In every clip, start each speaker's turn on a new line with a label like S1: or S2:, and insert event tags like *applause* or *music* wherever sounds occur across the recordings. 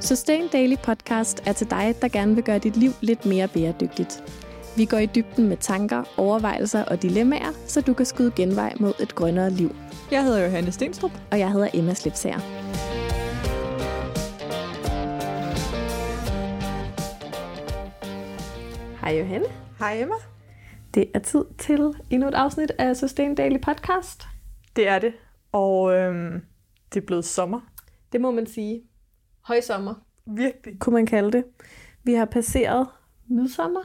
S1: Sustain Daily Podcast er til dig, der gerne vil gøre dit liv lidt mere bæredygtigt. Vi går i dybden med tanker, overvejelser og dilemmaer, så du kan skyde genvej mod et grønnere liv.
S2: Jeg hedder Johanne Stenstrup.
S1: Og jeg hedder Emma Slipsager. Hej Johanne.
S2: Hej Emma.
S1: Det er tid til endnu et afsnit af Sustain Daily Podcast.
S2: Det er det. Og øhm, det er blevet sommer.
S1: Det må man sige. Højsommer,
S2: Virkelig.
S1: kunne man kalde det. Vi har passeret midsommer,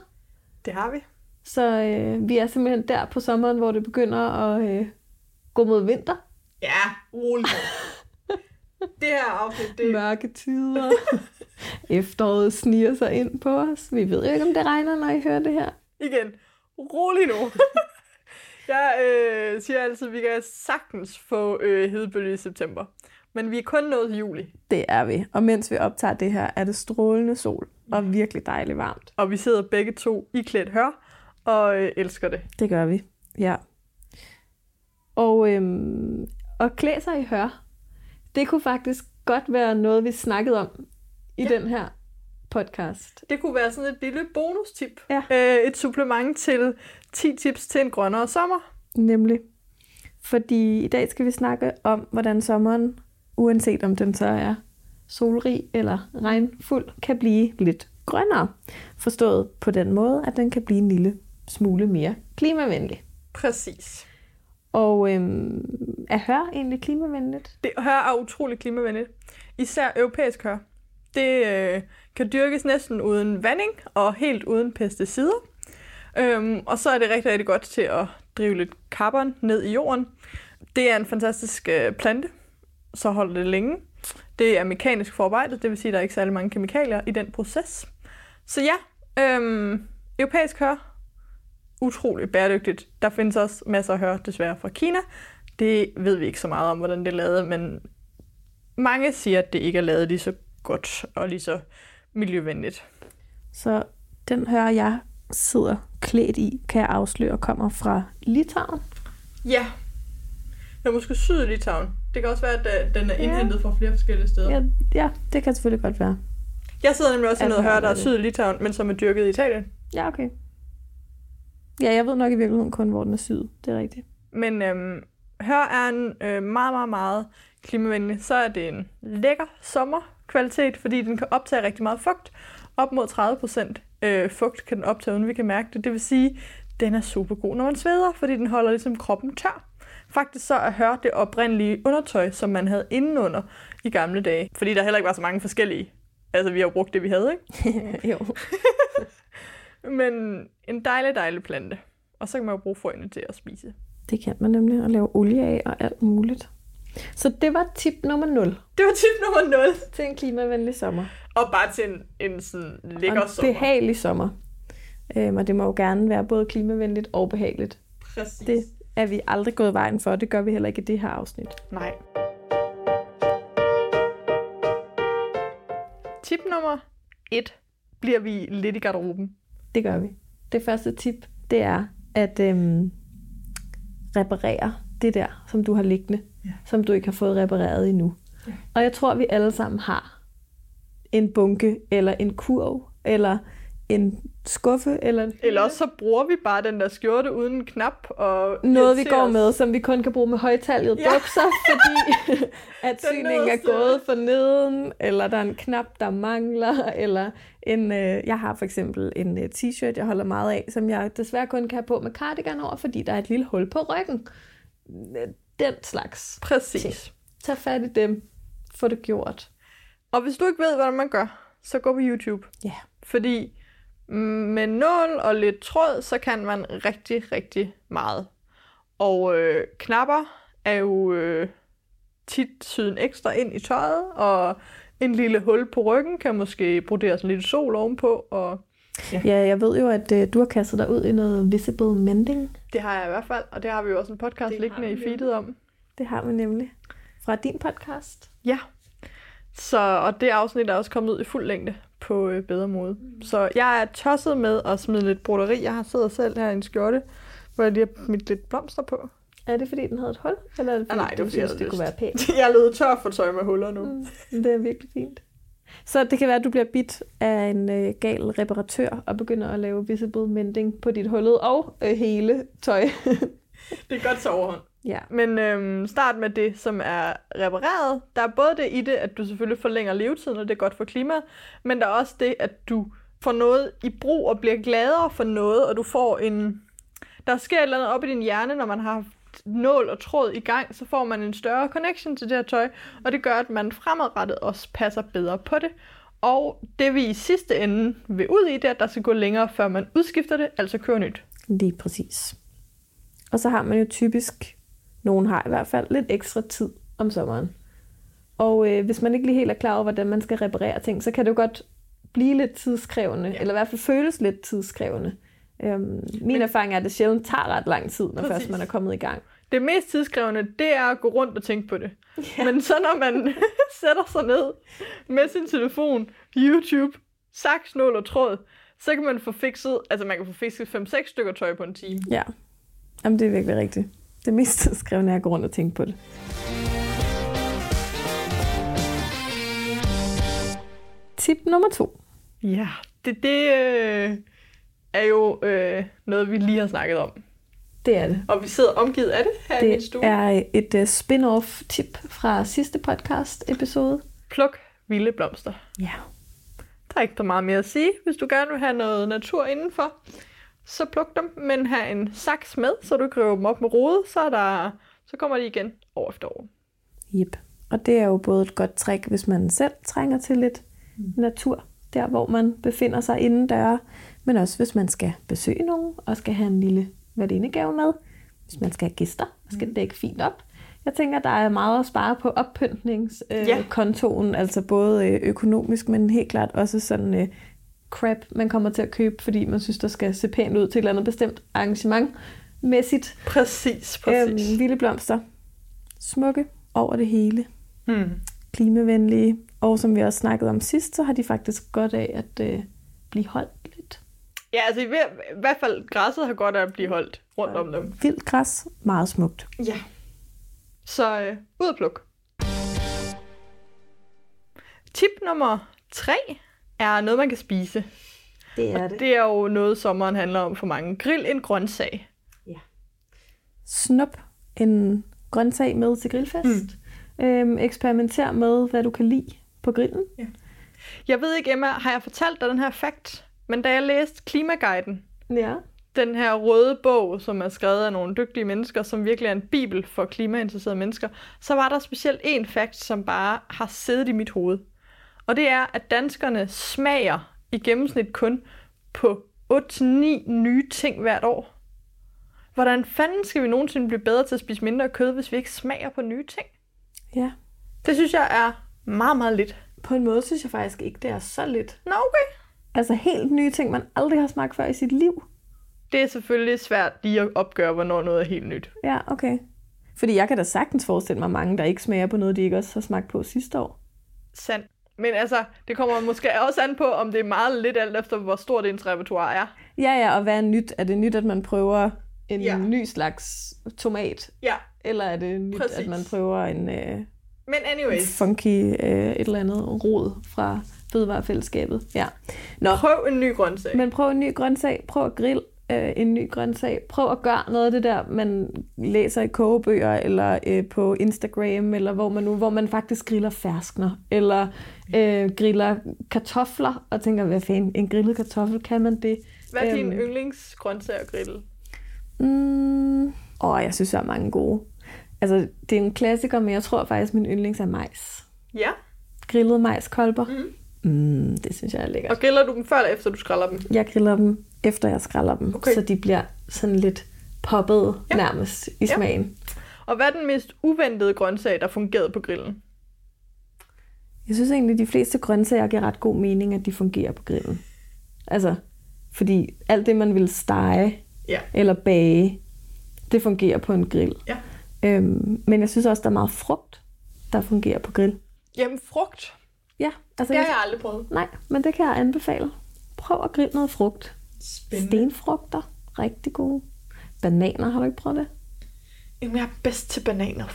S2: Det har vi.
S1: så øh, vi er simpelthen der på sommeren, hvor det begynder at øh, gå mod vinter.
S2: Ja, roligt. *laughs* det her afsnit, det
S1: Mørke tider. *laughs* Efteråret sniger sig ind på os. Vi ved jo ikke, om det regner, når I hører det her.
S2: igen, rolig nu. *laughs* jeg øh, siger altid, at vi kan sagtens få øh, hedebølge i september. Men vi er kun nået til juli,
S1: Det er vi. Og mens vi optager det her, er det strålende sol og virkelig dejligt varmt.
S2: og vi sidder begge to i klædt hør og øh, elsker det.
S1: Det gør vi, ja. Og, øhm, og klæde sig i hør, det kunne faktisk godt være noget, vi snakkede om i ja. den her podcast.
S2: Det kunne være sådan et lille bonustip.
S1: Ja.
S2: Øh, et supplement til 10 tips til en grønnere sommer.
S1: Nemlig. Fordi i dag skal vi snakke om, hvordan sommeren, uanset om den så er solrig eller regnfuld, kan blive lidt grønnere. Forstået på den måde, at den kan blive en lille smule mere klimavenlig.
S2: Præcis.
S1: Og øhm, er hør egentlig klimavenligt?
S2: Det hør er utrolig klimavenligt. Især europæisk hør. Det øh, kan dyrkes næsten uden vanding og helt uden pesticider. Øhm, og så er det rigtig, rigtig godt til at drive lidt carbon ned i jorden. Det er en fantastisk øh, plante, så holder det længe. Det er mekanisk forarbejdet, det vil sige, at der er ikke særlig mange kemikalier i den proces. Så ja, øhm, europæisk hør, utrolig bæredygtigt. Der findes også masser af hør, desværre, fra Kina. Det ved vi ikke så meget om, hvordan det er lavet, men mange siger, at det ikke er lavet lige så godt og lige så miljøvenligt.
S1: Så den hører jeg sidder klædt i, kan jeg afsløre, kommer fra Litauen.
S2: Ja. Eller måske syd i Litauen. Det kan også være, at øh, den er
S1: Ja.
S2: indhentet fra flere forskellige steder.
S1: Ja, ja, det kan selvfølgelig godt være.
S2: Jeg sidder nemlig også i
S1: Ja,
S2: noget
S1: hvor
S2: hør, der
S1: er
S2: er
S1: det.
S2: syd i Litauen, men som er dyrket i Italien.
S1: Ja, okay. Ja, jeg ved nok i virkeligheden kun, hvor den er syd. Det er rigtigt.
S2: Men øhm, hør er en øh, meget, meget, meget klimavenlig. Så er det en lækker sommerkvalitet, fordi den kan optage rigtig meget fugt. Op mod 30 procent øh, fugt kan den optage, uden vi kan mærke det. Det vil sige, den er super god, når man sveder, fordi den holder ligesom kroppen tør. Faktisk så er hør det oprindelige undertøj, som man havde indenunder i gamle dage. Fordi der heller ikke var så mange forskellige. Altså, vi har brugt det, vi havde, ikke?
S1: jo.
S2: Men en dejlig, dejlig plante. Og så kan man jo bruge frøene til at spise.
S1: Det kan man nemlig at lave olie af og alt muligt. Så det var tip nummer 0
S2: Det var tip nummer 0.
S1: til en klimavenlig sommer.
S2: Og bare til en, en sådan
S1: og
S2: lækker
S1: en
S2: sommer.
S1: behagelig sommer. Øhm, og det må jo gerne være både klimavenligt og behageligt.
S2: Præcis.
S1: Det er vi aldrig gået vejen for, og det gør vi heller ikke i det her afsnit.
S2: Nej. Tip nummer et bliver vi lidt i garderoben.
S1: Det gør vi. Det første tip, det er at øhm, reparere det der, som du har liggende,
S2: Ja.
S1: som du ikke har fået repareret endnu.
S2: Ja.
S1: Og jeg tror, vi alle sammen har en bunke, eller en kurv, eller en skuffe, eller en hylde.
S2: Eller også så bruger vi bare den der skjorte uden knap. Og
S1: noget, vi
S2: irriterer
S1: går
S2: os.
S1: med, som vi kun kan bruge med højtallet
S2: Ja.
S1: ja. bukser,
S2: *laughs*
S1: fordi at
S2: Den
S1: syningen er
S2: nederste.
S1: gået for neden, eller der er en knap, der mangler, eller en, øh, jeg har for eksempel en øh, t-shirt, jeg holder meget af, som jeg desværre kun kan have på med cardigan over, fordi der er et lille hul på ryggen. Øh, Den slags.
S2: Præcis.
S1: Tag fat i dem. Få det gjort.
S2: Og hvis du ikke ved, hvordan man gør, så gå på YouTube.
S1: Ja.
S2: Fordi mm, med nål og lidt tråd, så kan man rigtig, rigtig meget. Og øh, knapper er jo øh, tit syden ekstra ind i tøjet, og en lille hul på ryggen kan måske broderes en lille sol ovenpå, og
S1: Ja, jeg ved jo, at øh, du har kastet dig ud i noget visible mending.
S2: det har jeg i hvert fald, og det har vi jo også en podcast
S1: Det
S2: liggende
S1: har
S2: i
S1: vi.
S2: feedet om.
S1: Det har vi nemlig fra din podcast.
S2: Ja. Så, og det afsnit er også kommet ud i fuld længde på øh, bedre måde.
S1: Mm.
S2: Så jeg er tosset med at smide lidt broderi. Jeg har siddet selv her i en skjorte, hvor jeg lige har smidt lidt blomster på.
S1: Er det, fordi den havde et hul? Eller er det, fordi
S2: nej, det var,
S1: du
S2: fordi *laughs* jeg
S1: synes, det
S2: havde
S1: kunne
S2: lyst.
S1: være pænt?
S2: Mm. Jeg er løbet tør for tøj med huller nu.
S1: Det er virkelig fint. Så det kan være, at du bliver bidt af en øh, gal reparatør og begynder at lave visible mending på dit hullet og øh, hele tøj. *laughs*
S2: Det er godt så overhånd.
S1: ja.
S2: Men øhm, start med det, som er repareret. Der er både det i det, at du selvfølgelig forlænger levetiden, og det er godt for klimaet, men der er også det, at du får noget i brug og bliver gladere for noget, og du får en... Der sker et eller andet op i din hjerne, når man har haft nål og tråd i gang, så får man en større connection til det her tøj, og det gør, at man fremadrettet også passer bedre på det. Og det vi i sidste ende vil ud i, det er, at der skal gå længere, før man udskifter det, altså kører nyt.
S1: Lige præcis. Og så har man jo typisk, nogen har i hvert fald, lidt ekstra tid om sommeren. Og øh, hvis man ikke lige helt er klar over, hvordan man skal reparere ting, så kan det jo godt blive lidt tidskrævende, ja. eller i hvert fald føles lidt tidskrævende. Øhm, min Men... erfaring er, at det sjældent tager ret lang tid, når
S2: Præcis.
S1: først man er kommet i gang.
S2: Det mest tidskrævende, det er at gå rundt og tænke på det. Yeah. Men så når man *laughs* sætter sig ned med sin telefon, YouTube, saks, nål og tråd, så kan man få fikset, altså man kan få fikset 5-6 stykker tøj på en time.
S1: Ja, Jamen, det er virkelig rigtigt. Det mest *laughs* tidskrævende er at gå rundt og tænke på det. Tip nummer to.
S2: Ja, det, det øh, er jo øh, noget, vi lige har snakket om.
S1: Det er det.
S2: Og vi sidder omgivet af det her det i min
S1: Det
S2: stue. Er...
S1: er et uh, spin-off tip fra sidste podcast episode.
S2: Pluk vilde blomster.
S1: Ja.
S2: Der er ikke så meget mere at sige. Hvis du gerne vil have noget natur indenfor, så pluk dem, men have en saks med, så du kan rive dem op med rode, så, er der, så kommer de igen år efter år.
S1: Yep. Og det er jo både et godt trick, hvis man selv trænger til lidt natur, der hvor man befinder sig inden døre, men også hvis man skal besøge nogen og skal have en lille værdindegave med, hvis man skal have gæster, og skal det dække fint op. Jeg tænker, der er meget at spare på
S2: Ja.
S1: oppyntningskontoen, øh, ja. altså både øh, økonomisk, men helt klart også sådan øh, crap, man kommer til at købe, fordi man synes, der skal se pænt ud til et eller andet bestemt arrangement mæssigt.
S2: Præcis,
S1: Øhm,
S2: præcis.
S1: vilde blomster. Smukke over det hele.
S2: Øhm. Hmm.
S1: Klimavenlige. Og som vi også snakkede om sidst, så har de faktisk godt af at øh, blive holdt lidt.
S2: Ja, altså i, hver- i hvert fald græsset har godt af at blive holdt rundt om dem.
S1: Vildt græs. Meget smukt.
S2: Ja. Så øh, ud og pluk. Tip nummer 3 er noget, man kan spise.
S1: Det er
S2: Det er jo noget, sommeren handler om for mange. Grill en grøntsag.
S1: Snup en grøntsag med til grillfest. Mm. Øhm, eksperimenter med, hvad du kan lide på grillen.
S2: Jeg ved ikke, Emma, har jeg fortalt dig den her fakt? Men da jeg læste Klimaguiden,
S1: Ja.
S2: den her røde bog, som er skrevet af nogle dygtige mennesker, som virkelig er en bibel for klimainteresserede mennesker, så var der specielt en fakt, som bare har siddet i mit hoved. Og det er, at danskerne smager i gennemsnit kun på 8-9 nye ting hvert år. Hvordan fanden skal vi nogensinde blive bedre til at spise mindre kød, hvis vi ikke smager på nye ting?
S1: ja.
S2: Det synes jeg er meget, meget lidt.
S1: På en måde synes jeg faktisk ikke, det er så lidt.
S2: Nå, okay.
S1: Altså helt nye ting, man aldrig har smagt før i sit liv.
S2: Det er selvfølgelig svært lige at opgøre, hvornår noget er helt nyt.
S1: Ja, okay. Fordi jeg kan da sagtens forestille mig mange, der ikke smager på noget, de ikke også har smagt på sidste år.
S2: Sandt. Men altså, det kommer måske også an på, om det er meget lidt alt efter, hvor stort ens repertoire er.
S1: Ja, ja, og hvad er nyt? Er det nyt, at man prøver en
S2: Ja.
S1: ja. ny slags tomat?
S2: Ja.
S1: Eller er det nyt,
S2: Præcis.
S1: Præcis. at man prøver en øh,
S2: Men anyways,
S1: funky øh, et eller andet rod fra fødevarefællesskabet? Ja. Nå,
S2: prøv en ny grøntsag.
S1: men prøv en ny grøntsag. Prøv at grill øh, en ny grøntsag. Prøv at gøre noget af det der, man læser i kogebøger, eller øh, på Instagram, eller hvor man nu, hvor man faktisk griller ferskner, eller øh, griller kartofler, og tænker, hvad fanden, en grillet kartoffel, kan man det?
S2: Hvad er din
S1: Øhm.
S2: yndlingsgrøntsag at grille?
S1: Mm. Åh, jeg synes, der er mange gode. Altså, det er en klassiker, men jeg tror faktisk, min yndlings er majs.
S2: Ja.
S1: Grillet majskolber.
S2: Mhm.
S1: Mm. Mm, det synes jeg er lækkert.
S2: Og griller du dem før eller efter, du skræller dem?
S1: Jeg griller dem, efter jeg skræller dem,
S2: Okay.
S1: så de bliver sådan lidt poppet
S2: Ja.
S1: ja. nærmest i
S2: Ja.
S1: smagen.
S2: Og hvad er den mest uventede grøntsag, der fungerede på grillen?
S1: Jeg synes egentlig, at de fleste grøntsager giver ret god mening, at de fungerer på grillen. Altså, fordi alt det, man vil stege
S2: Ja.
S1: eller bage, det fungerer på en grill.
S2: Ja.
S1: Øhm, men jeg synes også, der er meget frugt, der fungerer på grill.
S2: Jamen, frugt.
S1: Ja, altså,
S2: Det har
S1: jeg-
S2: jeg aldrig prøvet.
S1: Nej, men det kan jeg anbefale. Prøv at grille noget frugt.
S2: Spændende.
S1: Stenfrugter, rigtig gode. Bananer, har du ikke prøvet det?
S2: Jamen, jeg er bedst til bananer.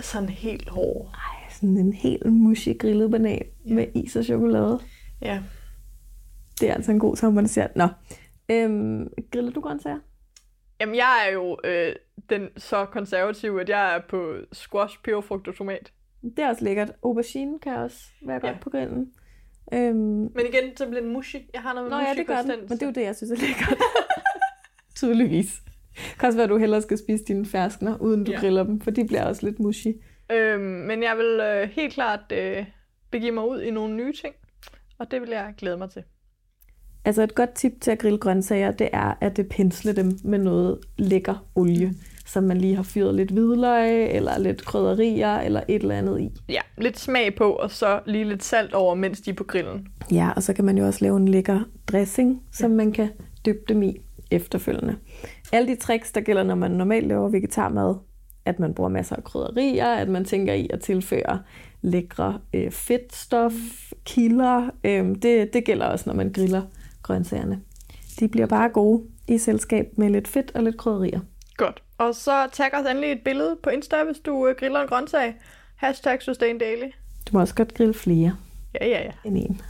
S2: Sådan helt hårde.
S1: Ej, sådan en helt mushy grillet banan med is og chokolade.
S2: Ja.
S1: Det er altså en god sommerdessert. Nå, øhm, griller du grøntsager?
S2: Jamen, jeg er jo øh, den så konservative, at jeg er på squash, peberfrugt og tomat.
S1: Det er også lækkert. Aubergine kan også være godt
S2: Ja.
S1: på grillen. Øhm,
S2: Men igen, så bliver den mushy. Jeg har noget
S1: Nå
S2: med
S1: ja, det gør den, men det er jo det, jeg synes er lækkert. *laughs* Tydeligvis. Det kan også være, at du hellere skal spise dine ferskner, uden du
S2: Ja.
S1: ja. griller dem, for de bliver også lidt mushy.
S2: Øhm, men jeg vil øh, helt klart øh, begive mig ud i nogle nye ting, og det vil jeg glæde mig til.
S1: Altså et godt tip til at grille grøntsager, det er at øh, pensle dem med noget lækker olie, som man lige har fyret lidt hvidløg, eller lidt krydderier, eller et eller andet i.
S2: Ja, lidt smag på, og så lige lidt salt over, mens de er på grillen.
S1: Ja, og så kan man jo også lave en lækker dressing, som man kan dyppe dem i efterfølgende. Alle de tricks, der gælder, når man normalt laver vegetarmad, at man bruger masser af krydderier, at man tænker i at tilføre lækre øh, fedtstof, kilder, øh, det, det gælder også, når man griller grøntsagerne. De bliver bare gode i selskab med lidt fedt og lidt krydderier.
S2: Godt. Og så tag os endelig et billede på Insta, hvis du øh, griller en grøntsag. Hashtag Sustain Daily.
S1: Du må også godt grille flere
S2: Ja, ja, ja.
S1: end en.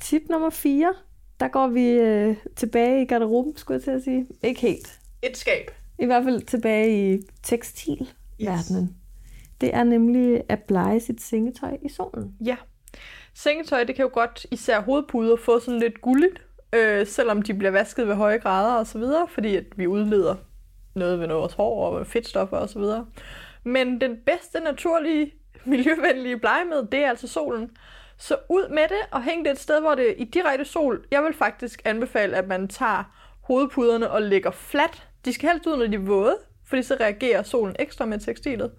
S1: Tip nummer 4. Der går vi øh, tilbage i garderoben, skulle jeg til at sige. Ikke helt.
S2: Et skab.
S1: I hvert fald tilbage i tekstilverdenen. Det er nemlig at blege sit sengetøj i solen.
S2: Ja. Sengetøj, det kan jo godt, især hovedpuder, få sådan lidt gulligt, øh, selvom de bliver vasket ved høje grader og så videre, fordi at vi udleder noget ved vores hår og fedtstoffer og så videre. Men den bedste naturlige, *laughs* miljøvenlige blegemiddel, det er altså solen. Så ud med det og hæng det et sted, hvor det er i direkte sol. Jeg vil faktisk anbefale, at man tager hovedpuderne og lægger fladt. De skal helst ud, når de er våde, fordi så reagerer solen ekstra med tekstilet.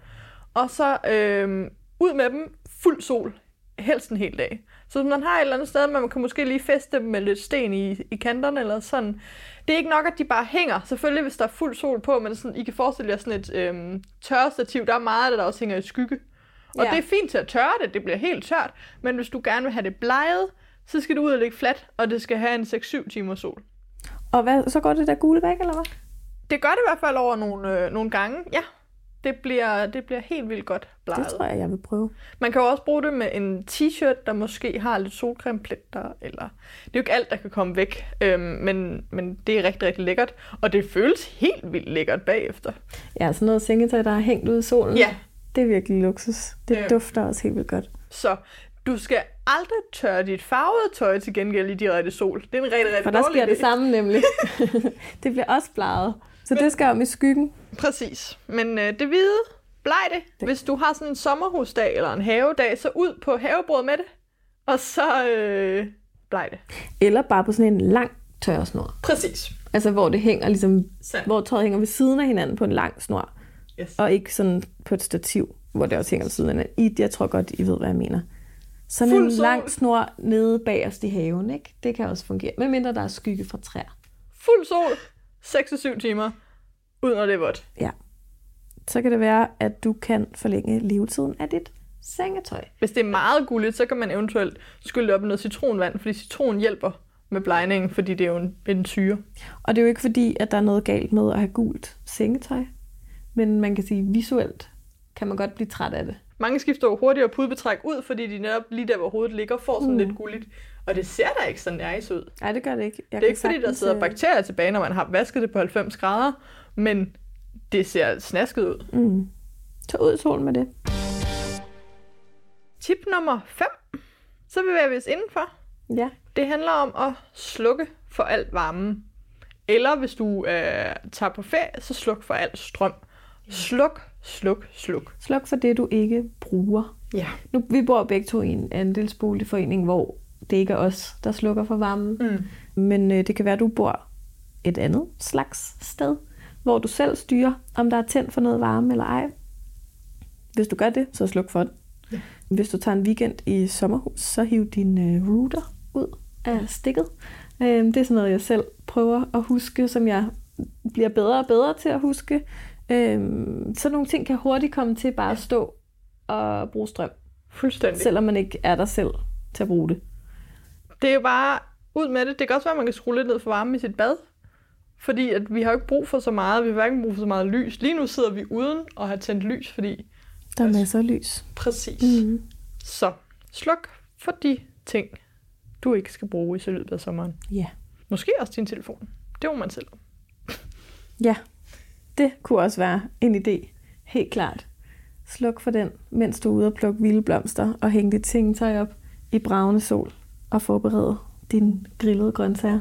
S2: Og så øh, ud med dem, fuld sol, helst en hel dag. Så hvis man har et eller andet sted, man kan måske lige feste dem med lidt sten i, i kanterne eller sådan. Det er ikke nok, at de bare hænger. Selvfølgelig, hvis der er fuld sol på, men sådan, I kan forestille jer sådan et øhm, tørrestativ. Der er meget af det, der også hænger i skygge. Og
S1: Ja.
S2: det er fint til at tørre det, det bliver helt tørt. Men hvis du gerne vil have det bleget, så skal det ud og ligge fladt, og det skal have en 6-7 timer sol.
S1: Og hvad, så går det der gule væk, eller hvad?
S2: Det gør det i hvert fald over nogle, øh, nogle gange, ja. Det bliver, det bliver helt vildt godt bleget.
S1: Det tror jeg, jeg vil prøve.
S2: Man kan jo også bruge det med en t-shirt, der måske har lidt solcremepletter, eller... Det er jo ikke alt, der kan komme væk, øhm, men, men det er rigtig, rigtig lækkert. Og det føles helt vildt lækkert bagefter.
S1: Ja, sådan noget sengetøj, der er hængt ud i solen.
S2: Ja.
S1: Det er virkelig luksus. Det
S2: Ja.
S1: dufter også helt vildt godt.
S2: Så du skal aldrig tørre dit farvede tøj til gengæld i direkte sol. Det er en rigtig, rigtig
S1: For der
S2: dårlig
S1: sker det
S2: idé.
S1: samme
S2: *laughs*
S1: nemlig. det bliver også bleget. Så det skal om i skyggen.
S2: Præcis. Men øh, det hvide, bleg det. Hvis du har sådan en sommerhusdag eller en havedag, så ud på havebordet med det. Og så øh, bleg det.
S1: Eller bare på sådan en lang tørresnor.
S2: Præcis.
S1: Altså hvor det hænger ligesom,
S2: Sandt.
S1: hvor tøjet hænger ved siden af hinanden på en lang snor.
S2: Yes.
S1: Og ikke sådan på et stativ, hvor det også hænger ved siden af hinanden. I, jeg tror godt, I ved, hvad jeg mener. Sådan
S2: Fuld
S1: en
S2: sol.
S1: lang snor nede bagerst i haven, ikke? Det kan også fungere. Medmindre der er skygge fra træer.
S2: fuld sol, 6-7 timer, ud når det er vådt.
S1: Ja. Så kan det være, at du kan forlænge levetiden af dit sengetøj.
S2: Hvis det er meget gulligt, så kan man eventuelt skylle det op med noget citronvand, fordi citron hjælper med blegningen, fordi det er jo en, en syre.
S1: Og det er jo ikke fordi, at der er noget galt med at have gult sengetøj. Men man kan sige, visuelt kan man godt blive træt af det.
S2: Mange skifter jo hurtigere pudebetræk ud, fordi de netop lige der, hvor hovedet ligger, får sådan mm. lidt gulligt. Og det ser da ikke så nice ud.
S1: Nej, det gør det ikke. Jeg øh,
S2: Det er ikke fordi, der sidder bakterier tilbage, når man har vasket det på 90 grader, men det ser snasket ud.
S1: Mm. Tag ud i solen med det.
S2: Tip nummer 5. Så bevæger vi os indenfor.
S1: Ja.
S2: Det handler om at slukke for alt varmen. Eller hvis du øh, tager på ferie, så sluk for alt strøm. Sluk, sluk, sluk.
S1: Sluk for det, du ikke bruger.
S2: Ja.
S1: Nu, vi bor begge to i en andelsboligforening, hvor det ikke er os, der slukker for varmen.
S2: Mm.
S1: Men øh, det kan være, du bor et andet slags sted, hvor du selv styrer, om der er tændt for noget varme eller ej. Hvis du gør det, så sluk for den.
S2: Ja.
S1: Hvis du tager en weekend i sommerhus, så hiv din øh, router ud af stikket. Øh, det er sådan noget, jeg selv prøver at huske, som jeg bliver bedre og bedre til at huske. Øh, sådan nogle ting kan hurtigt komme til bare at stå og bruge strøm,
S2: Fuldstændig.
S1: selvom man ikke er der selv til at bruge det.
S2: Det er jo bare ud med det. Det kan også være, at man kan skrue lidt ned for varmen i sit bad. Fordi at vi har jo ikke brug for så meget, vi har hverken brug for så meget lys. Lige nu sidder vi uden at have tændt lys, fordi
S1: Der er
S2: Altså-
S1: masser af lys.
S2: præcis. Mm.
S1: Mm.
S2: Så sluk for de ting, du ikke skal bruge i så løbet af sommeren.
S1: Ja.
S2: Måske også din telefon. Det må man selv. om.
S1: Det kunne også være en idé, helt klart. Sluk for den, mens du er ude og plukke vilde blomster og hænge dit tingetøj op i bravende sol og forberede dine grillede grøntsager.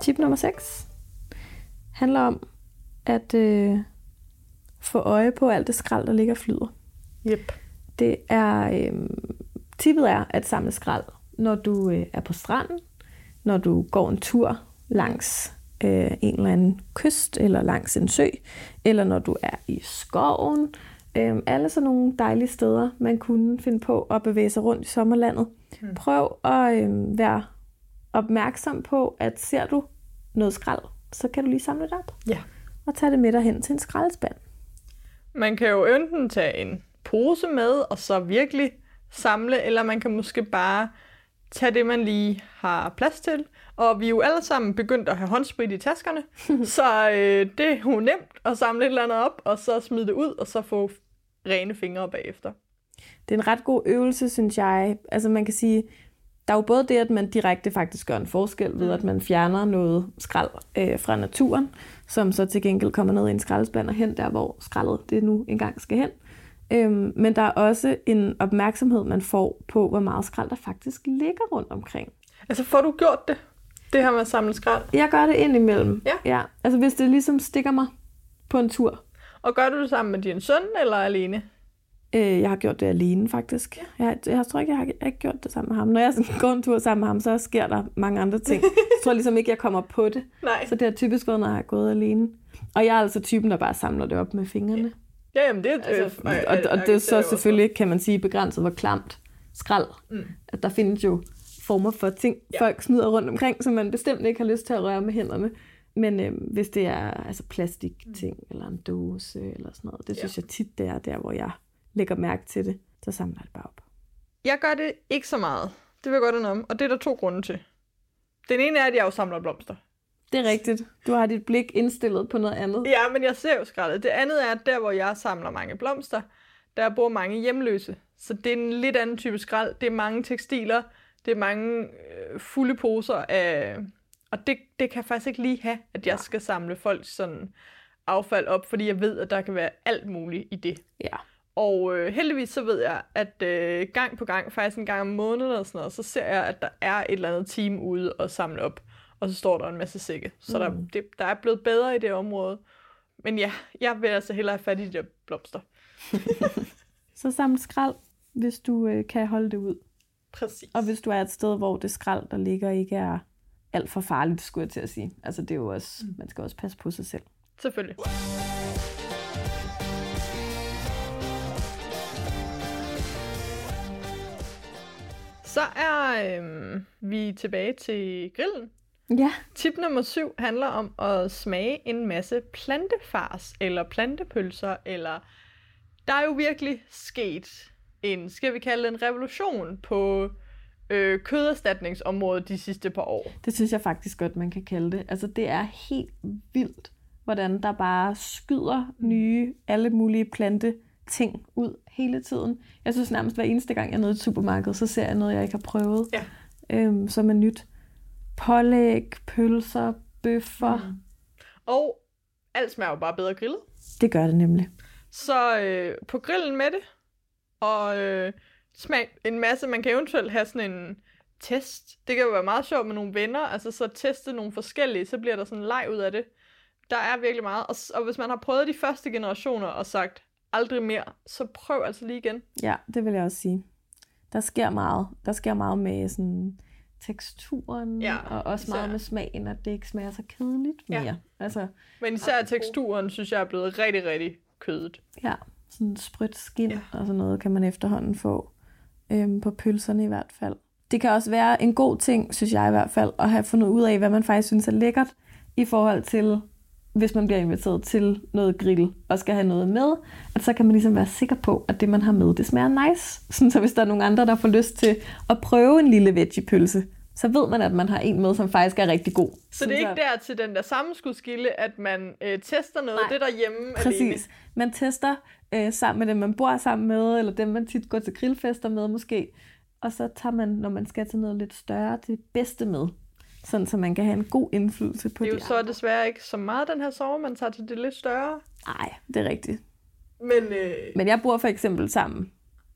S1: Tip nummer 6 handler om at øh, få øje på alt det skrald, der ligger og flyder.
S2: Yep.
S1: Det er, øh, tippet er at samle skrald, når du øh, er på stranden, når du går en tur langs øh, en eller anden kyst, eller langs en sø, eller når du er i skoven. Øh, alle sådan nogle dejlige steder, man kunne finde på at bevæge sig rundt i sommerlandet.
S2: Mm.
S1: Prøv at øh, være opmærksom på, at ser du noget skrald, så kan du lige samle det op.
S2: Ja.
S1: Og tage det med dig hen til en skraldespand.
S2: Man kan jo enten tage en pose med, og så virkelig samle, eller man kan måske bare tage det, man lige har plads til. Og vi er jo alle sammen begyndt at have håndsprit i
S1: *laughs*
S2: taskerne, så øh, det er jo nemt at samle et eller andet op, og så smide det ud, og så få rene fingre bagefter.
S1: Det er en ret god øvelse, synes jeg. Altså man kan sige, der er jo både det, at man direkte faktisk gør en forskel ved, at man fjerner noget skrald øh, fra naturen, som så til gengæld kommer ned i en skraldespand og hen der, hvor skraldet det nu engang skal hen. Øhm, men der er også en opmærksomhed, man får på, hvor meget skrald der faktisk ligger rundt omkring.
S2: Altså får du gjort det? Det her med at samle skrald.
S1: Jeg gør det indimellem.
S2: Ja.
S1: ja. Altså hvis det ligesom stikker mig på en tur.
S2: Og gør du det sammen med din søn eller alene?
S1: Øh, jeg har gjort det alene, faktisk. Jeg, jeg tror ikke, jeg har, jeg har ikke gjort det sammen med ham. Når jeg sådan går en tur sammen med ham, så sker der mange andre ting. Jeg tror ligesom ikke, jeg kommer på det.
S2: Nej.
S1: Så det har typisk været, når jeg har gået alene. Og jeg er altså typen, der bare samler det op med fingrene.
S2: Ja, jamen det er...
S1: Altså,
S2: øh,
S1: og, og det er
S2: jo
S1: så
S2: også.
S1: selvfølgelig, kan man sige, begrænset, hvor klamt skrald.
S2: Mm.
S1: At der findes jo former for ting,
S2: Ja.
S1: folk smider rundt omkring, som man bestemt ikke har lyst til at røre med hænderne. Men øh, hvis det er altså plastikting, eller en dose, eller sådan noget, det
S2: Mm. Ja.
S1: synes jeg tit, det er der, hvor jeg lægger mærke til det, så samler jeg det bare op.
S2: Jeg gør det ikke så meget. Det vil jeg godt indrømme. Og det er der to grunde til. Den ene er, at jeg jo samler blomster.
S1: Det er rigtigt. Du har dit blik indstillet på noget andet.
S2: Ja, men jeg ser jo skraldet. Det andet er, at der, hvor jeg samler mange blomster, der bor mange hjemløse. Så det er en lidt anden type skrald. Det er mange tekstiler. Det er mange øh, fulde poser. Af... Og det, det kan jeg faktisk ikke lige have, at jeg skal samle folks sådan affald op, fordi jeg ved, at der kan være alt muligt i det.
S1: Ja.
S2: Og øh, heldigvis så ved jeg, at øh, gang på gang, faktisk en gang om måneden eller sådan noget, så ser jeg, at der er et eller andet team ude og samle op. Og så står der en masse sække. Så mm. der, det, der er blevet bedre i det område. Men ja, jeg vil altså hellere have fat i de der blomster.
S1: Så samle skrald, hvis du øh, kan holde det ud.
S2: Præcis.
S1: Og hvis du er et sted, hvor det skrald, der ligger, ikke er alt for farligt, skulle jeg til at sige. Altså det er jo også, man skal også passe på sig selv.
S2: Selvfølgelig. Så er øhm, vi tilbage til grillen.
S1: Ja.
S2: Tip nummer syv handler om at smage en masse plantefars eller plantepølser, eller der er jo virkelig sket en, skal vi kalde det en revolution på øh, køderstatningsområdet de sidste par år.
S1: Det synes jeg faktisk godt, man kan kalde det. Altså, det er helt vildt, hvordan der bare skyder nye, alle mulige plante ting ud hele tiden. Jeg synes nærmest, hver eneste gang, jeg er nede i supermarkedet, så ser jeg noget, jeg ikke har prøvet,
S2: Ja.
S1: øhm, som er nyt. Pålæg, pølser, bøffer. Mm.
S2: Og alt smager jo bare bedre grillet.
S1: Det gør det nemlig.
S2: Så øh, på grillen med det, og øh, smag en masse. Man kan eventuelt have sådan en test. Det kan jo være meget sjovt med nogle venner, altså så teste nogle forskellige, så bliver der sådan en leg ud af det. Der er virkelig meget, og, s- og hvis man har prøvet de første generationer og sagt, aldrig mere, så prøv altså lige igen.
S1: Ja, det vil jeg også sige. Der sker meget. Der sker meget med sådan teksturen,
S2: Ja,
S1: og også
S2: især.
S1: meget med smagen, at det ikke smager så kedeligt
S2: Ja.
S1: mere. Altså,
S2: Men især teksturen, synes jeg er blevet rigtig, rigtig kødet.
S1: Ja, sådan sprødt skin
S2: Ja.
S1: ja. og sådan noget kan man efterhånden få øhm, på pølserne i hvert fald. Det kan også være en god ting, synes jeg i hvert fald, at have fundet ud af, hvad man faktisk synes er lækkert i forhold til, hvis man bliver inviteret til noget grill og skal have noget med, at så kan man ligesom være sikker på, at det, man har med, det smager nice. Sådan, så hvis der er nogen andre, der får lyst til at prøve en lille veggiepølse, så ved man, at man har en med, som faktisk er rigtig god.
S2: Så det er ikke der til den der sammenskudskilde, at man øh, tester noget,
S1: Nej.
S2: det er derhjemme alene.
S1: Præcis. Man tester øh, sammen med dem, man bor sammen med, eller dem, man tit går til grillfester med måske. Og så tager man, når man skal til noget lidt større, det bedste med. Sådan, så man kan have en god indflydelse på
S2: Det er jo
S1: det.
S2: så desværre ikke så meget den her sommer, man tager til det lidt større.
S1: Nej, det er rigtigt.
S2: Men, øh,
S1: Men jeg bor for eksempel sammen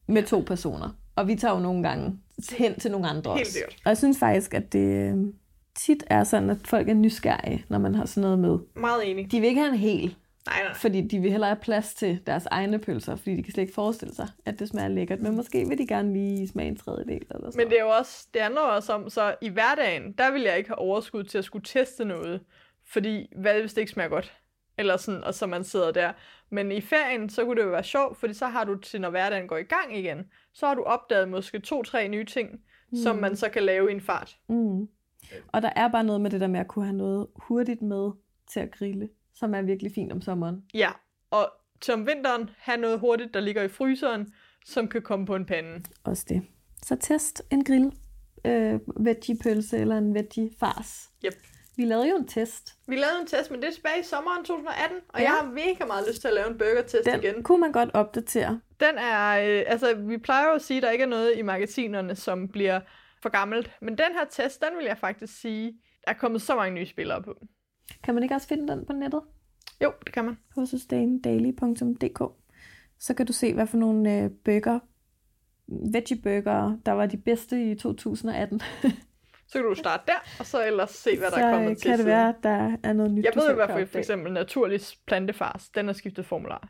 S1: med to personer, og vi tager jo nogle gange hen til nogle andre
S2: Helt
S1: også.
S2: sikkert.
S1: Og jeg synes faktisk, at det øh, tit er sådan, at folk er nysgerrige, når man har sådan noget med.
S2: meget enig.
S1: De vil ikke have en hel,
S2: Nej, nej.
S1: fordi de vil hellere have plads til deres egne pølser, fordi de kan slet ikke forestille sig, at det smager lækkert. Men måske vil de gerne lige smage en tredjedel eller sådan
S2: Men det er jo også, det handler jo også om, så i hverdagen, der vil jeg ikke have overskud til at skulle teste noget. Fordi, hvad hvis det ikke smager godt? Eller sådan, og så man sidder der. Men i ferien, så kunne det jo være sjovt, fordi så har du til, når hverdagen går i gang igen, så har du opdaget måske to-tre nye ting, mm. som man så kan lave i en fart.
S1: Mm. Og der er bare noget med det der med at kunne have noget hurtigt med til at grille, som er virkelig fint om sommeren.
S2: Ja, og til om vinteren, have noget hurtigt, der ligger i fryseren, som kan komme på en pande.
S1: Også det. Så test en grill, øh, veggie-pølse eller en veggie-fars.
S2: Yep.
S1: Vi lavede jo en test.
S2: Vi lavede en test, men det er tilbage i sommeren 2018, og
S1: Ja.
S2: ja. jeg har mega meget lyst til at lave en burger-test
S1: Den
S2: igen.
S1: kunne man godt opdatere.
S2: Den er, øh, altså vi plejer jo at sige, at der ikke er noget i magasinerne, som bliver for gammelt. Men den her test, den vil jeg faktisk sige, der er kommet så mange nye spillere på.
S1: Kan man ikke også finde den på nettet?
S2: Jo, det kan man.
S1: På sustaindaily.dk. Så kan du se, hvad for nogle øh, burger, veggie-burger, der var de bedste i 2018.
S2: Så kan du starte der, og så ellers se, hvad der
S1: så
S2: er
S1: øh,
S2: kommet til
S1: kan det
S2: siden.
S1: være, at der er noget nyt,
S2: Jeg
S1: du
S2: ved i
S1: selv
S2: hvert
S1: kan
S2: fald for
S1: opdage.
S2: eksempel naturlig plantefars, den har skiftet formular.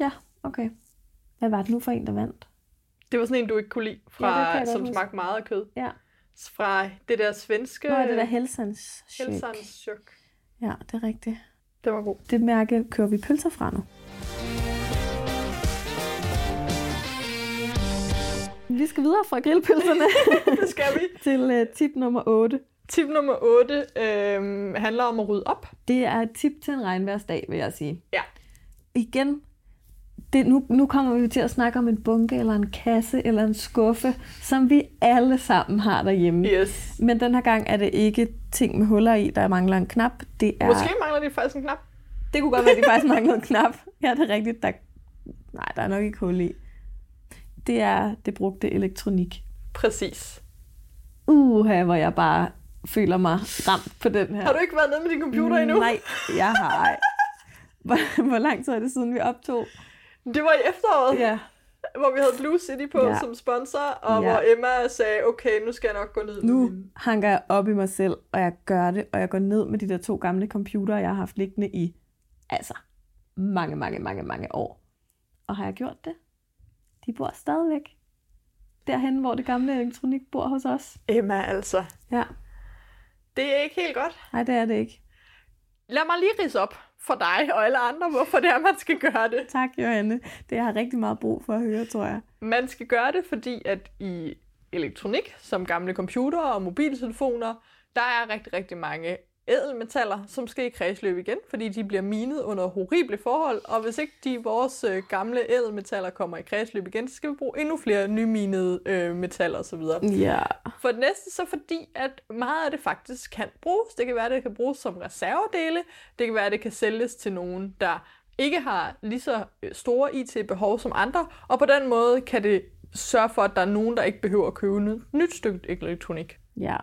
S1: Ja, okay. Hvad var det nu for en, der vandt?
S2: Det var sådan en, du ikke kunne lide,
S1: Ja, det kan
S2: fra,
S1: jeg godt
S2: som
S1: huske.
S2: smagte meget af kød.
S1: Ja.
S2: Fra det der svenske
S1: Nå, er det der Helsans Shake.
S2: Øh, Helsans Chok.
S1: Ja, det er rigtigt.
S2: Det var god.
S1: Det mærke kører vi pølser fra nu. Vi skal videre fra
S2: *laughs*
S1: grillpølserne
S2: Det skal vi.
S1: til uh, tip nummer 8.
S2: Tip nummer 8 øh, handler om at rydde op.
S1: Det er et tip til en regnværsdag, vil jeg sige.
S2: Ja.
S1: Igen, det, nu, nu kommer vi til at snakke om en bunke, eller en kasse, eller en skuffe, som vi alle sammen har derhjemme.
S2: Yes.
S1: Men den her gang er det ikke ting med huller i, der mangler en knap. Det er...
S2: Måske mangler de faktisk en knap.
S1: Det kunne godt være, at de faktisk manglede en knap. Ja, det er rigtigt. Der... Nej, der er nok ikke hul i. Det er det brugte elektronik.
S2: Præcis.
S1: Uha, hvor jeg bare føler mig ramt på den her.
S2: Har du ikke været nede med din computer endnu?
S1: Nej, jeg har ej. Hvor, hvor lang tid er det siden, vi optog?
S2: Det var i efteråret, ja.
S1: Ja.
S2: hvor vi havde Blue City på
S1: Ja.
S2: ja. som sponsor, og
S1: Ja.
S2: ja. hvor Emma sagde, okay, nu skal jeg nok gå ned. med
S1: Nu
S2: min."
S1: hanker jeg op i mig selv, og jeg gør det, og jeg går ned med de der to gamle computere, jeg har haft liggende i, altså, mange, mange, mange, mange år. Og har jeg gjort det? De bor stadigvæk derhen, hvor det gamle elektronik bor hos os.
S2: Emma altså,
S1: Ja,
S2: det er ikke helt godt.
S1: nej, det er det ikke.
S2: Lad mig lige rise op for dig og alle andre, hvorfor det er, man skal gøre det.
S1: Tak, Johanne. Det har jeg rigtig meget brug for at høre, tror jeg.
S2: Man skal gøre det, fordi at i elektronik, som gamle computere og mobiltelefoner, der er rigtig, rigtig mange ædelmetaller, som skal i kredsløb igen, fordi de bliver minet under horrible forhold, og hvis ikke de vores øh, gamle ædelmetaller kommer i kredsløb igen, så skal vi bruge endnu flere nyminede øh, metaller osv.
S1: Ja.
S2: For det næste så fordi, at meget af det faktisk kan bruges. Det kan være, at det kan bruges som reservedele. Det kan være, at det kan sælges til nogen, der ikke har lige så øh, store IT-behov som andre. Og på den måde kan det sørge for, at der er nogen, der ikke behøver at købe nyt, nyt stykke elektronik.
S1: Ja.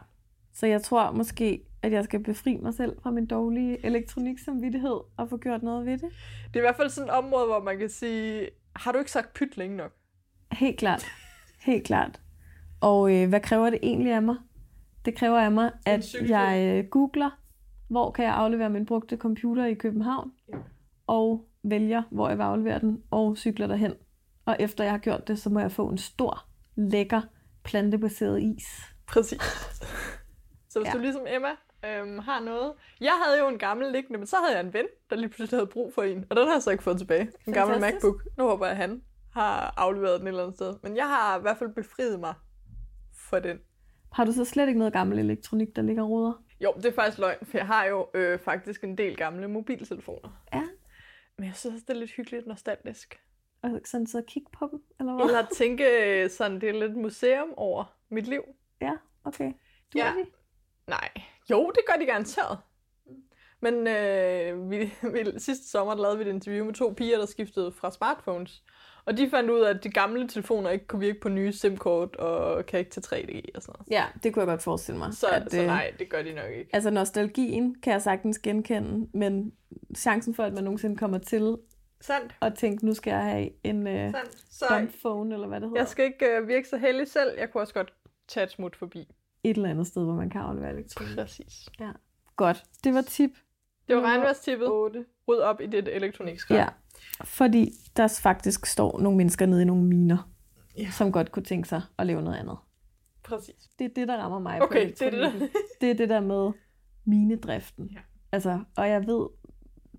S1: Så jeg tror måske, at jeg skal befri mig selv fra min dårlige elektronik som vidtighed og få gjort noget ved det.
S2: Det er i hvert fald sådan et område, hvor man kan sige, har du ikke sagt pyt længe nok?
S1: Helt klart. Helt klart. Og øh, hvad kræver det egentlig af mig? Det kræver af mig,
S2: En
S1: at
S2: cykeltur.
S1: jeg øh, googler, hvor kan jeg aflevere min brugte computer i København,
S2: Ja.
S1: og vælger, hvor jeg vil aflevere den, og cykler derhen. Og efter jeg har gjort det, så må jeg få en stor, lækker, plantebaseret is.
S2: Præcis. så hvis
S1: Ja.
S2: ja. du ligesom Emma øhm, har noget. Jeg havde jo en gammel liggende, men så havde jeg en ven, der lige pludselig havde brug for en. Og den har jeg så ikke fået tilbage. En gammel
S1: Fantastisk.
S2: MacBook. Nu håber jeg, at han har afleveret den et eller andet sted. Men jeg har i hvert fald befriet mig for den.
S1: Har du så slet ikke noget gammel elektronik, der ligger og ruder?
S2: Jo, det er faktisk løgn, for jeg har jo øh, faktisk en del gamle mobiltelefoner.
S1: Ja.
S2: Men jeg synes også, det er lidt hyggeligt nostalgisk.
S1: Og sådan sidde og kigge på dem, eller hvad?
S2: Eller at tænke øh, sådan, det er lidt museum over mit liv.
S1: Ja, okay. Du
S2: Ja.
S1: ja.
S2: Nej. Jo, det gør de garanteret. Men øh, vi, vi, sidste sommer der lavede vi et interview med to piger, der skiftede fra smartphones. Og de fandt ud af, at de gamle telefoner ikke kunne virke på nye SIM-kort og kan ikke tage 3G og sådan noget.
S1: ja, det kunne jeg godt forestille mig.
S2: Så, at, så
S1: øh,
S2: nej, det gør de nok ikke.
S1: Altså nostalgien kan jeg sagtens genkende, men chancen for, at man nogensinde kommer til
S2: Sandt.
S1: at tænke, nu skal jeg have en øh,
S2: Sandt. Så
S1: dumbphone, eller hvad det hedder,
S2: jeg skal ikke øh, virke så heldig selv. Jeg kunne også godt tage et smut forbi.
S1: et eller andet sted, hvor man kan aflevere elektronik.
S2: Præcis.
S1: Godt, det var tip
S2: Det var
S1: Nummer
S2: regnvejrstippet.
S1: 8.
S2: Ryd op i dit elektronikskrab.
S1: Ja, fordi der faktisk står nogle mennesker nede i nogle miner,
S2: Ja.
S1: ja. som godt kunne tænke sig at lave noget andet.
S2: Præcis.
S1: Det er det, der rammer mig. på
S2: Okay, det er det.
S1: elektronikken.
S2: der-
S1: det er det der med minedriften.
S2: Ja.
S1: Altså, og jeg ved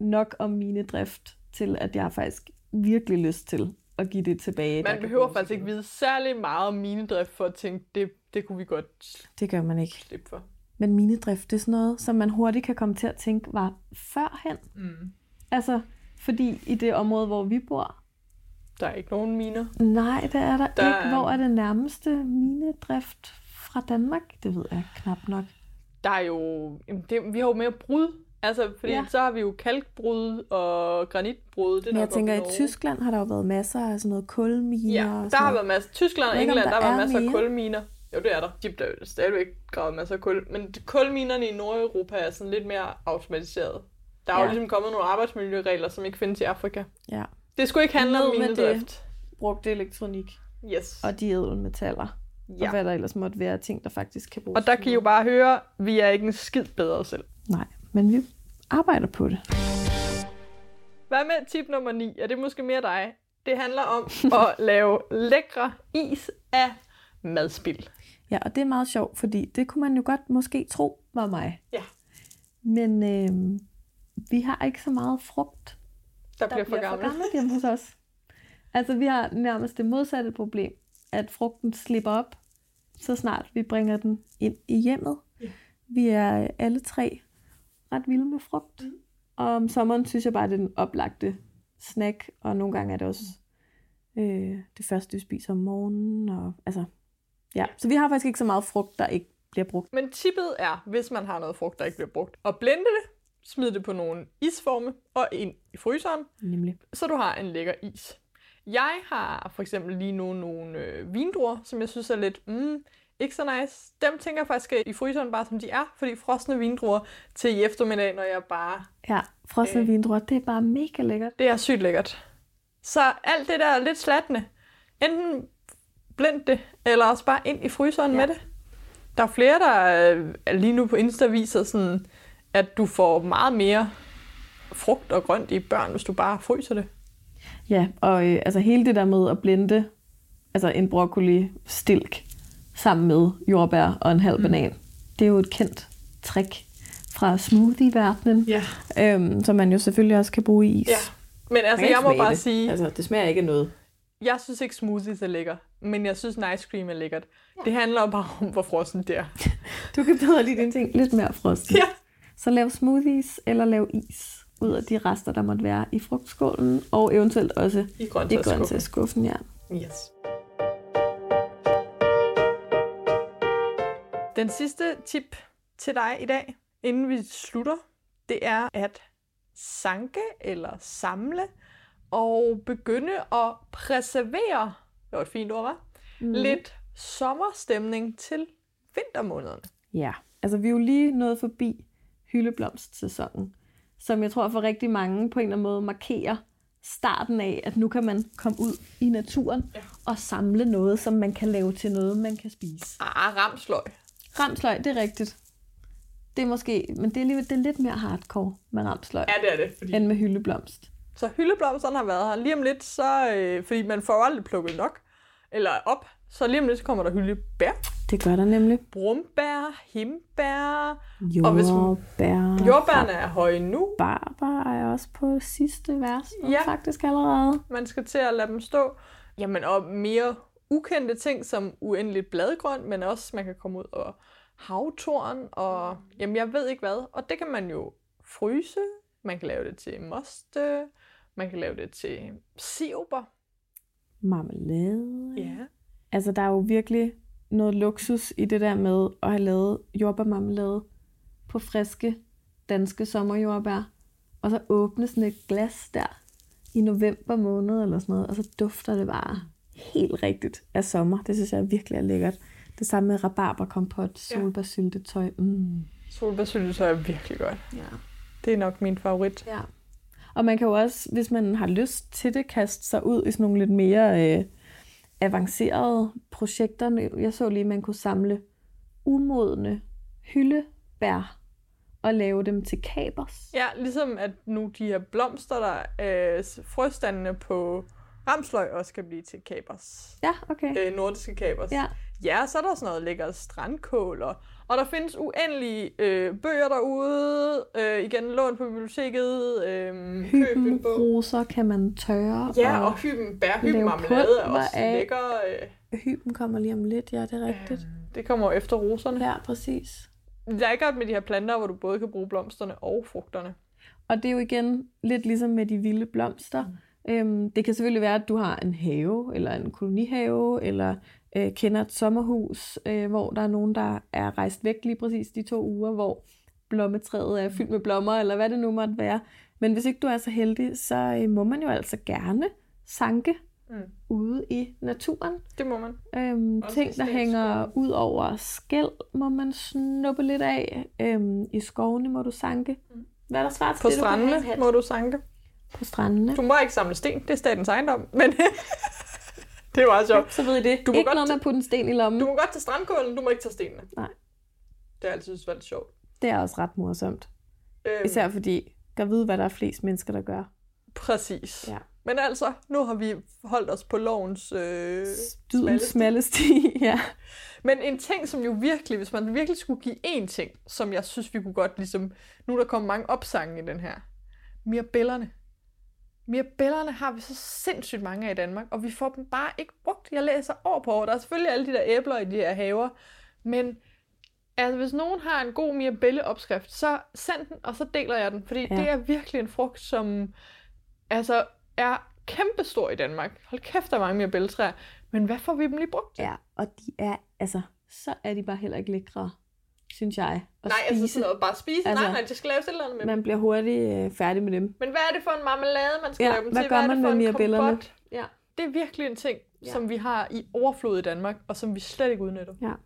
S1: nok om minedrift til, at jeg har faktisk virkelig lyst til at give det tilbage. der
S2: Man
S1: kan
S2: behøver
S1: bruges
S2: faktisk
S1: igen.
S2: ikke vide særlig meget om minedrift for at tænke, det, det kunne vi godt
S1: Det gør man ikke.
S2: slippe for.
S1: Men minedrift, det er sådan noget, som man hurtigt kan komme til at tænke var førhen.
S2: Mm.
S1: Altså, fordi i det område, hvor vi bor,
S2: Der er ikke nogen miner.
S1: nej, der er der,
S2: Der
S1: der ikke.
S2: er-
S1: Hvor er det nærmeste minedrift fra Danmark? Det ved jeg knap nok.
S2: Der er jo... Jamen det, vi har jo mere brud. Altså, fordi ja.
S1: Ja.
S2: så har vi jo kalkbrud og granitbrud. Det er
S1: Men jeg
S2: nok
S1: tænker, i
S2: oppe Norge.
S1: Tyskland har der jo været masser af sådan noget kulminer
S2: Ja,
S1: og
S2: der
S1: sådan
S2: har
S1: noget.
S2: været masser... Tyskland og
S1: Jeg ved ikke, om
S2: England, der,
S1: der
S2: har været
S1: er
S2: masser af
S1: mere.
S2: kulminer. Jo, det er der. De der er stadigvæk gravet masser af kul. Men de- kulminerne i Nordeuropa er sådan lidt mere automatiseret. Der er ja. jo
S1: Ja.
S2: ligesom kommet nogle arbejdsmiljøregler, som ikke findes i Afrika.
S1: Ja.
S2: Det skulle ikke handle om
S1: Ned med det.
S2: minedrift.
S1: Brugt elektronik.
S2: Yes.
S1: Og de ædelmetaller. Ja. Og hvad der ellers måtte være af ting, der faktisk kan bruges.
S2: Og der kan I jo bare høre, vi er ikke en skid bedre selv.
S1: Nej, men vi arbejder på det.
S2: Hvad med tip nummer 9? Er det måske mere dig? Det handler
S1: *laughs*
S2: om at lave lækre is af madspild.
S1: Ja, og det er meget sjovt, fordi det kunne man jo godt måske tro var mig.
S2: Ja.
S1: Men øh, vi har ikke så meget frugt,
S2: Der,
S1: der bliver for gammelt hjemme hos os. Altså, vi har nærmest det modsatte problem, at frugten slipper op, så snart vi bringer den ind i hjemmet.
S2: Ja.
S1: Vi er øh, alle tre ret vilde med frugt. Og om sommeren synes jeg bare, det er den oplagte snack, og nogle gange er det også øh, det første, vi spiser om morgenen. Og, altså, ja. Så vi har faktisk ikke så meget frugt, der ikke bliver brugt.
S2: Men tippet er, hvis man har noget frugt, der ikke bliver brugt, at blende det, smide det på nogle isforme og ind i fryseren,
S1: Nemlig.
S2: så du har en lækker is. Jeg har for eksempel lige nu nogle øh, vindruer, som jeg synes er lidt, mm, ikke så nice. Dem tænker jeg faktisk at i fryseren bare som de er, fordi frosne vindruer til i eftermiddag, når jeg bare...
S1: Ja, frosne
S2: Øh.
S1: øh. vindruer, det er bare mega lækkert.
S2: Det er sygt lækkert. Så alt det der er lidt slatne, enten blend det, eller også bare ind i fryseren ja.
S1: Ja.
S2: med det. Der er flere, der øh, er lige nu på Insta viser sådan, at du får meget mere frugt og grønt i børn, hvis du bare fryser det.
S1: Ja, og øh, altså hele det der med at blende altså en broccoli stilk sammen med jordbær og en halv mm. banan, det er jo et kendt trick fra smoothie-verdenen,
S2: Ja.
S1: øhm, som man jo selvfølgelig også kan bruge i is.
S2: Ja, men altså, jeg må bare sige,
S1: Altså, det smager ikke af noget.
S2: jeg synes ikke smoothies er lækker, men jeg synes en ice cream er lækkert. Ja. Det handler bare om, hvor frossen
S1: *laughs*
S2: det er.
S1: Du kan bedre lide dine ting lidt mere frosne.
S2: Ja.
S1: Så lav smoothies eller lav is ud af de rester, der måtte være i frugtskålen, og eventuelt også
S2: I
S1: i
S2: grøntsagsskuffe.
S1: grøntsagsskuffen, ja.
S2: Yes. Den sidste tip til dig i dag, inden vi slutter, det er at sanke eller samle og begynde at præservere, det var et fint ord, var? Mm. Lidt sommerstemning til vintermånederne.
S1: Ja, altså vi er jo lige nået forbi hyldeblomstsæsonen, som jeg tror for rigtig mange på en eller anden måde markerer starten af, at nu kan man komme ud i naturen
S2: Ja.
S1: og samle noget, som man kan lave til noget, man kan spise.
S2: Ah, ramsløg.
S1: Ramsløg, det er rigtigt. Det er måske, men det er, alligevel, det er lidt mere hardcore med ramsløg,
S2: Ja, det er det. Fordi...
S1: end med hyldeblomst.
S2: Så hyldeblomsterne har været her. Lige om lidt, så, øh, fordi man får jo aldrig plukket nok, eller op, så lige om lidt, så kommer der hyldebær.
S1: Det gør der nemlig.
S2: brumbær, himbær. Og hvis man-
S1: Jordbær.
S2: Jordbærne er høje nu.
S1: Barber er også på sidste vers,
S2: Ja.
S1: ja. faktisk allerede.
S2: Man skal til at lade dem stå. Jamen, og mere ukendte ting som uendeligt bladgrøn, men også man kan komme ud og havtorn og jamen jeg ved ikke hvad. Og det kan man jo fryse, man kan lave det til moste, man kan lave det til siruper.
S1: Marmelade.
S2: Ja.
S1: Mm. Altså, der er jo virkelig noget luksus i det der med at have lavet jordbærmarmelade på friske danske sommerjordbær, og så åbne sådan et glas der i november måned eller sådan noget, og så dufter det bare helt rigtigt af sommer. Det synes jeg virkelig er lækkert. Det samme med rabarberkompot,
S2: Ja.
S1: solbærsyltetøj. Mm.
S2: Solbærsyltetøj er virkelig godt.
S1: Ja.
S2: Det er nok min favorit.
S1: Ja. Og man kan jo også, hvis man har lyst til det, kaste sig ud i sådan nogle lidt mere øh, avancerede projekter. Jeg så lige, at man kunne samle umodne hyldebær og lave dem til kapers.
S2: Ja, ligesom at nu de her blomster, der øh, frøstandene på ramsløg også kan blive til kapers.
S1: Ja, okay.
S2: Øh, nordiske kapers.
S1: Ja.
S2: ja, så er der sådan noget lækker strandkål, og, og der findes uendelige øh, bøger derude. Øh, igen, lån på biblioteket. Øh, køb en
S1: Hyben,
S2: bog.
S1: roser kan man tørre,
S2: Ja, og hyben, bærhyben,
S1: lave
S2: marmelade er
S1: pulver
S2: også
S1: af.
S2: lækker. Øh,
S1: og hyben kommer lige om lidt, ja, det er rigtigt.
S2: det kommer jo efter roserne.
S1: Ja, præcis.
S2: lækkert med de her planter, hvor du både kan bruge blomsterne og frugterne.
S1: Og det er jo igen lidt ligesom med de vilde blomster. Mm. Øhm, det kan selvfølgelig være, at du har en have, eller en kolonihave, eller øh, kender et sommerhus, øh, hvor der er nogen, der er rejst væk lige præcis de to uger, hvor blommetræet er fyldt med blommer, eller hvad det nu måtte være. Men hvis ikke du er så heldig, så øh, må man jo altså gerne sanke
S2: Mm.
S1: ude i naturen.
S2: Det må man.
S1: Øhm,
S2: Også i
S1: ting, der hænger
S2: stenskoven.
S1: ud over skæld, må man snuppe lidt af. Øhm, I skovene må du sanke. Hvad er der svaret til
S2: På
S1: det, du kan have en
S2: strandene
S1: hat?
S2: må du sanke.
S1: På strandene.
S2: Du må ikke samle sten, det er statens ejendom, men *laughs* det er jo meget sjovt.
S1: Så ved I det.
S2: Du må
S1: ikke
S2: godt-
S1: noget med at putte en sten i lommen.
S2: Du
S1: Du...
S2: må godt tage strandkålen, du må ikke tage stenene.
S1: Nej.
S2: Det har jeg altid synes var lidt sjovt.
S1: Det er også ret morsomt.
S2: Øhm,
S1: Især fordi, jeg ved, hvad der er flest mennesker, der gør.
S2: Præcis.
S1: Ja.
S2: Men altså, nu har vi holdt os på lovens... Øh...
S1: Dydens
S2: sti.
S1: smalle sti. *laughs* ja.
S2: Men en ting, som jo virkelig, hvis man virkelig skulle give én ting, som jeg synes, vi kunne godt ligesom... Nu er der kommet mange opsange i den her. Mirabellerne. Mirabellerne har vi så sindssygt mange af i Danmark, og vi får dem bare ikke brugt. Jeg læser år på år. Der er selvfølgelig alle de der æbler i de her haver, men altså, hvis nogen har en god mirabelleopskrift, så send den, og så deler jeg den, fordi ja.
S1: Ja.
S2: det er virkelig en frugt, som altså, er kæmpestor i Danmark. Hold kæft, der er mange mirabelletræer. Men hvad får vi dem lige brugt?
S1: ja, og de er, altså, så er de bare heller ikke lækre, synes jeg. At
S2: Nej, altså sådan noget, bare spise. Altså,
S1: Altså,
S2: nej, nej, det skal laves et eller andet med. Man...
S1: Man bliver hurtigt øh, færdig med dem.
S2: Men hvad er det for en marmelade, man skal
S1: Ja,
S2: lave dem
S1: hvad
S2: til?
S1: gør
S2: hvad er
S1: man
S2: det
S1: med
S2: for en
S1: mirabellerne?
S2: kompot?
S1: Ja.
S2: Det er virkelig en ting, ja.
S1: Ja.
S2: som vi har i overflod i Danmark, og som vi slet ikke udnytter.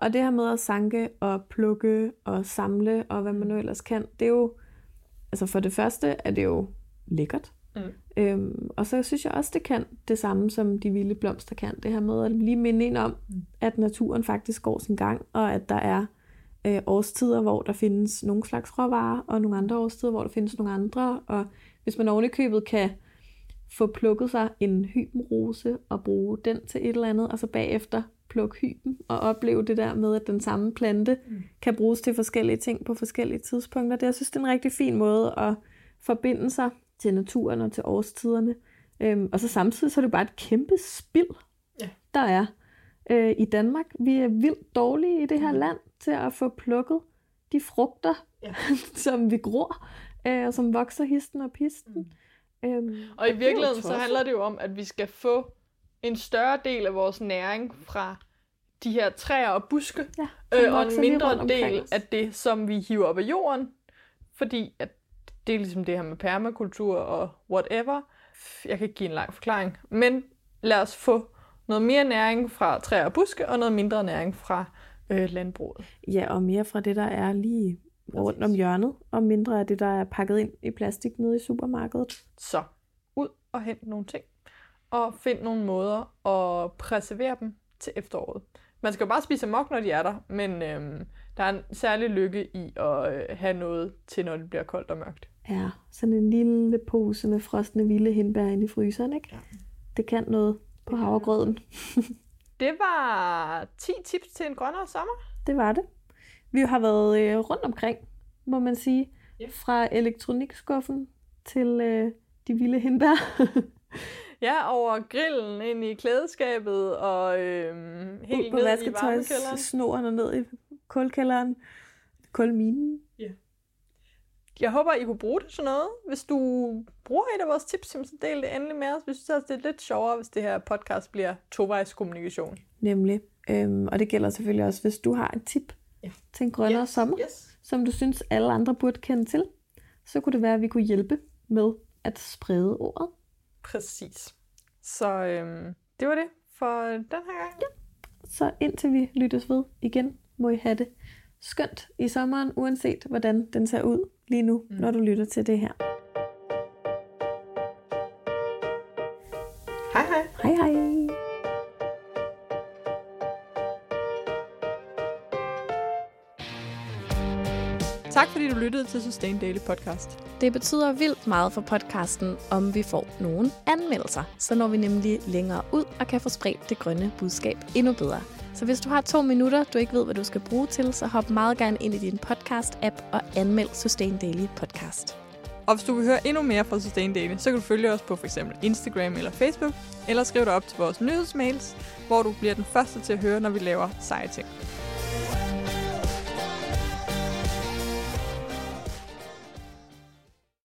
S1: Og det her med at sanke og plukke og samle og hvad man nu ellers kan, det er jo, altså for det første er det jo lækkert.
S2: Mm.
S1: Øhm, og så synes jeg også, det kan det samme, som de vilde blomster kan. Det her med at lige minde en om,
S2: Mm.
S1: at naturen faktisk går sin gang, og at der er øh, årstider, hvor der findes nogle slags råvarer, og nogle andre årstider, hvor der findes nogle andre. Og hvis man oven i købet kan få plukket sig en hybenrose og bruge den til et eller andet, og så bagefter plukke hyben og opleve det der med, at den samme plante
S2: Mm.
S1: mm. kan bruges til forskellige ting på forskellige tidspunkter. Det, jeg synes, det er en rigtig fin måde at forbinde sig til naturen og til årstiderne. Øhm, og så samtidig så er det jo bare et kæmpe spild,
S2: Ja.
S1: der er øh, i Danmark. Vi er vildt dårlige i det her
S2: Mhm.
S1: land til at få plukket de frugter,
S2: Ja.
S1: ja. *laughs* som vi gror, øh, og som vokser histen og pisten. Mm. Øhm,
S2: Og
S1: det
S2: i
S1: er jo
S2: virkeligheden, så
S1: tosset.
S2: handler det jo om, at vi skal få en større del af vores næring fra de her træer og buske,
S1: ja, som
S2: øh, og en
S1: vokser lige rundt
S2: mindre
S1: omkring
S2: del
S1: os.
S2: af det, som vi hiver op af jorden, fordi at det er ligesom det her med permakultur og whatever. Jeg kan ikke give en lang forklaring, men lad os få noget mere næring fra træer og buske, og noget mindre næring fra øh, landbruget.
S1: Ja, og mere fra det, der er lige rundt om
S2: Præcis.
S1: hjørnet, og mindre af det, der er pakket ind i plastik nede i supermarkedet.
S2: Så ud og hent nogle ting, og find nogle måder at preservere dem til efteråret. Man skal jo bare spise mok, når de er der, men øhm, der er en særlig lykke i at øh, have noget til, når det bliver koldt og mørkt.
S1: Ja, sådan en lille pose med frosne vilde hindbær inde i fryseren, ikke?
S2: Ja.
S1: Det kan noget på
S2: kan
S1: havregrøden.
S2: Det var 10 tips til en grønnere sommer.
S1: Det var det. Vi har været øh, rundt omkring, må man sige.
S2: Ja.
S1: Fra elektronikskuffen til øh, de vilde hindbær.
S2: Ja, over grillen, ind i klædeskabet og øhm,
S1: Ud *laughs*
S2: helt
S1: på
S2: ned i varmekælderen.
S1: vasketøjssnoren og ned i kulkælderen. Kulminen.
S2: jeg håber, I kunne bruge det til noget. Hvis du bruger et af vores tips, så del det endelig med os. Vi synes også, det er lidt sjovere, hvis det her podcast bliver tovejskommunikation.
S1: Nemlig. Øhm, og det gælder selvfølgelig også, hvis du har et tip
S2: Ja.
S1: til en grønnere yes. sommer,
S2: Yes.
S1: som du synes, alle andre burde kende til, så kunne det være, at vi kunne hjælpe med at sprede ordet.
S2: Præcis. Så øhm, det var det for den her gang.
S1: Så indtil vi lyttes ved igen, må I have det skønt i sommeren, uanset hvordan den ser ud lige nu, mm. når du lytter til det her.
S2: Hej hej.
S1: Hej hej!
S2: Tak fordi du lyttede til Sustain Daily Podcast.
S3: Det betyder vildt meget for podcasten, om vi får nogle anmeldelser. Så når vi nemlig længere ud og kan få spredt det grønne budskab endnu bedre. Så hvis du har to minutter, du ikke ved, hvad du skal bruge til, så hop meget gerne ind i din podcast-app og anmeld Sustain Daily Podcast.
S2: Og hvis du vil høre endnu mere fra Sustain Daily, så kan du følge os på f.eks. Instagram eller Facebook, eller skriv dig op til vores nyhedsmails, hvor du bliver den første til at høre, når vi laver seje ting.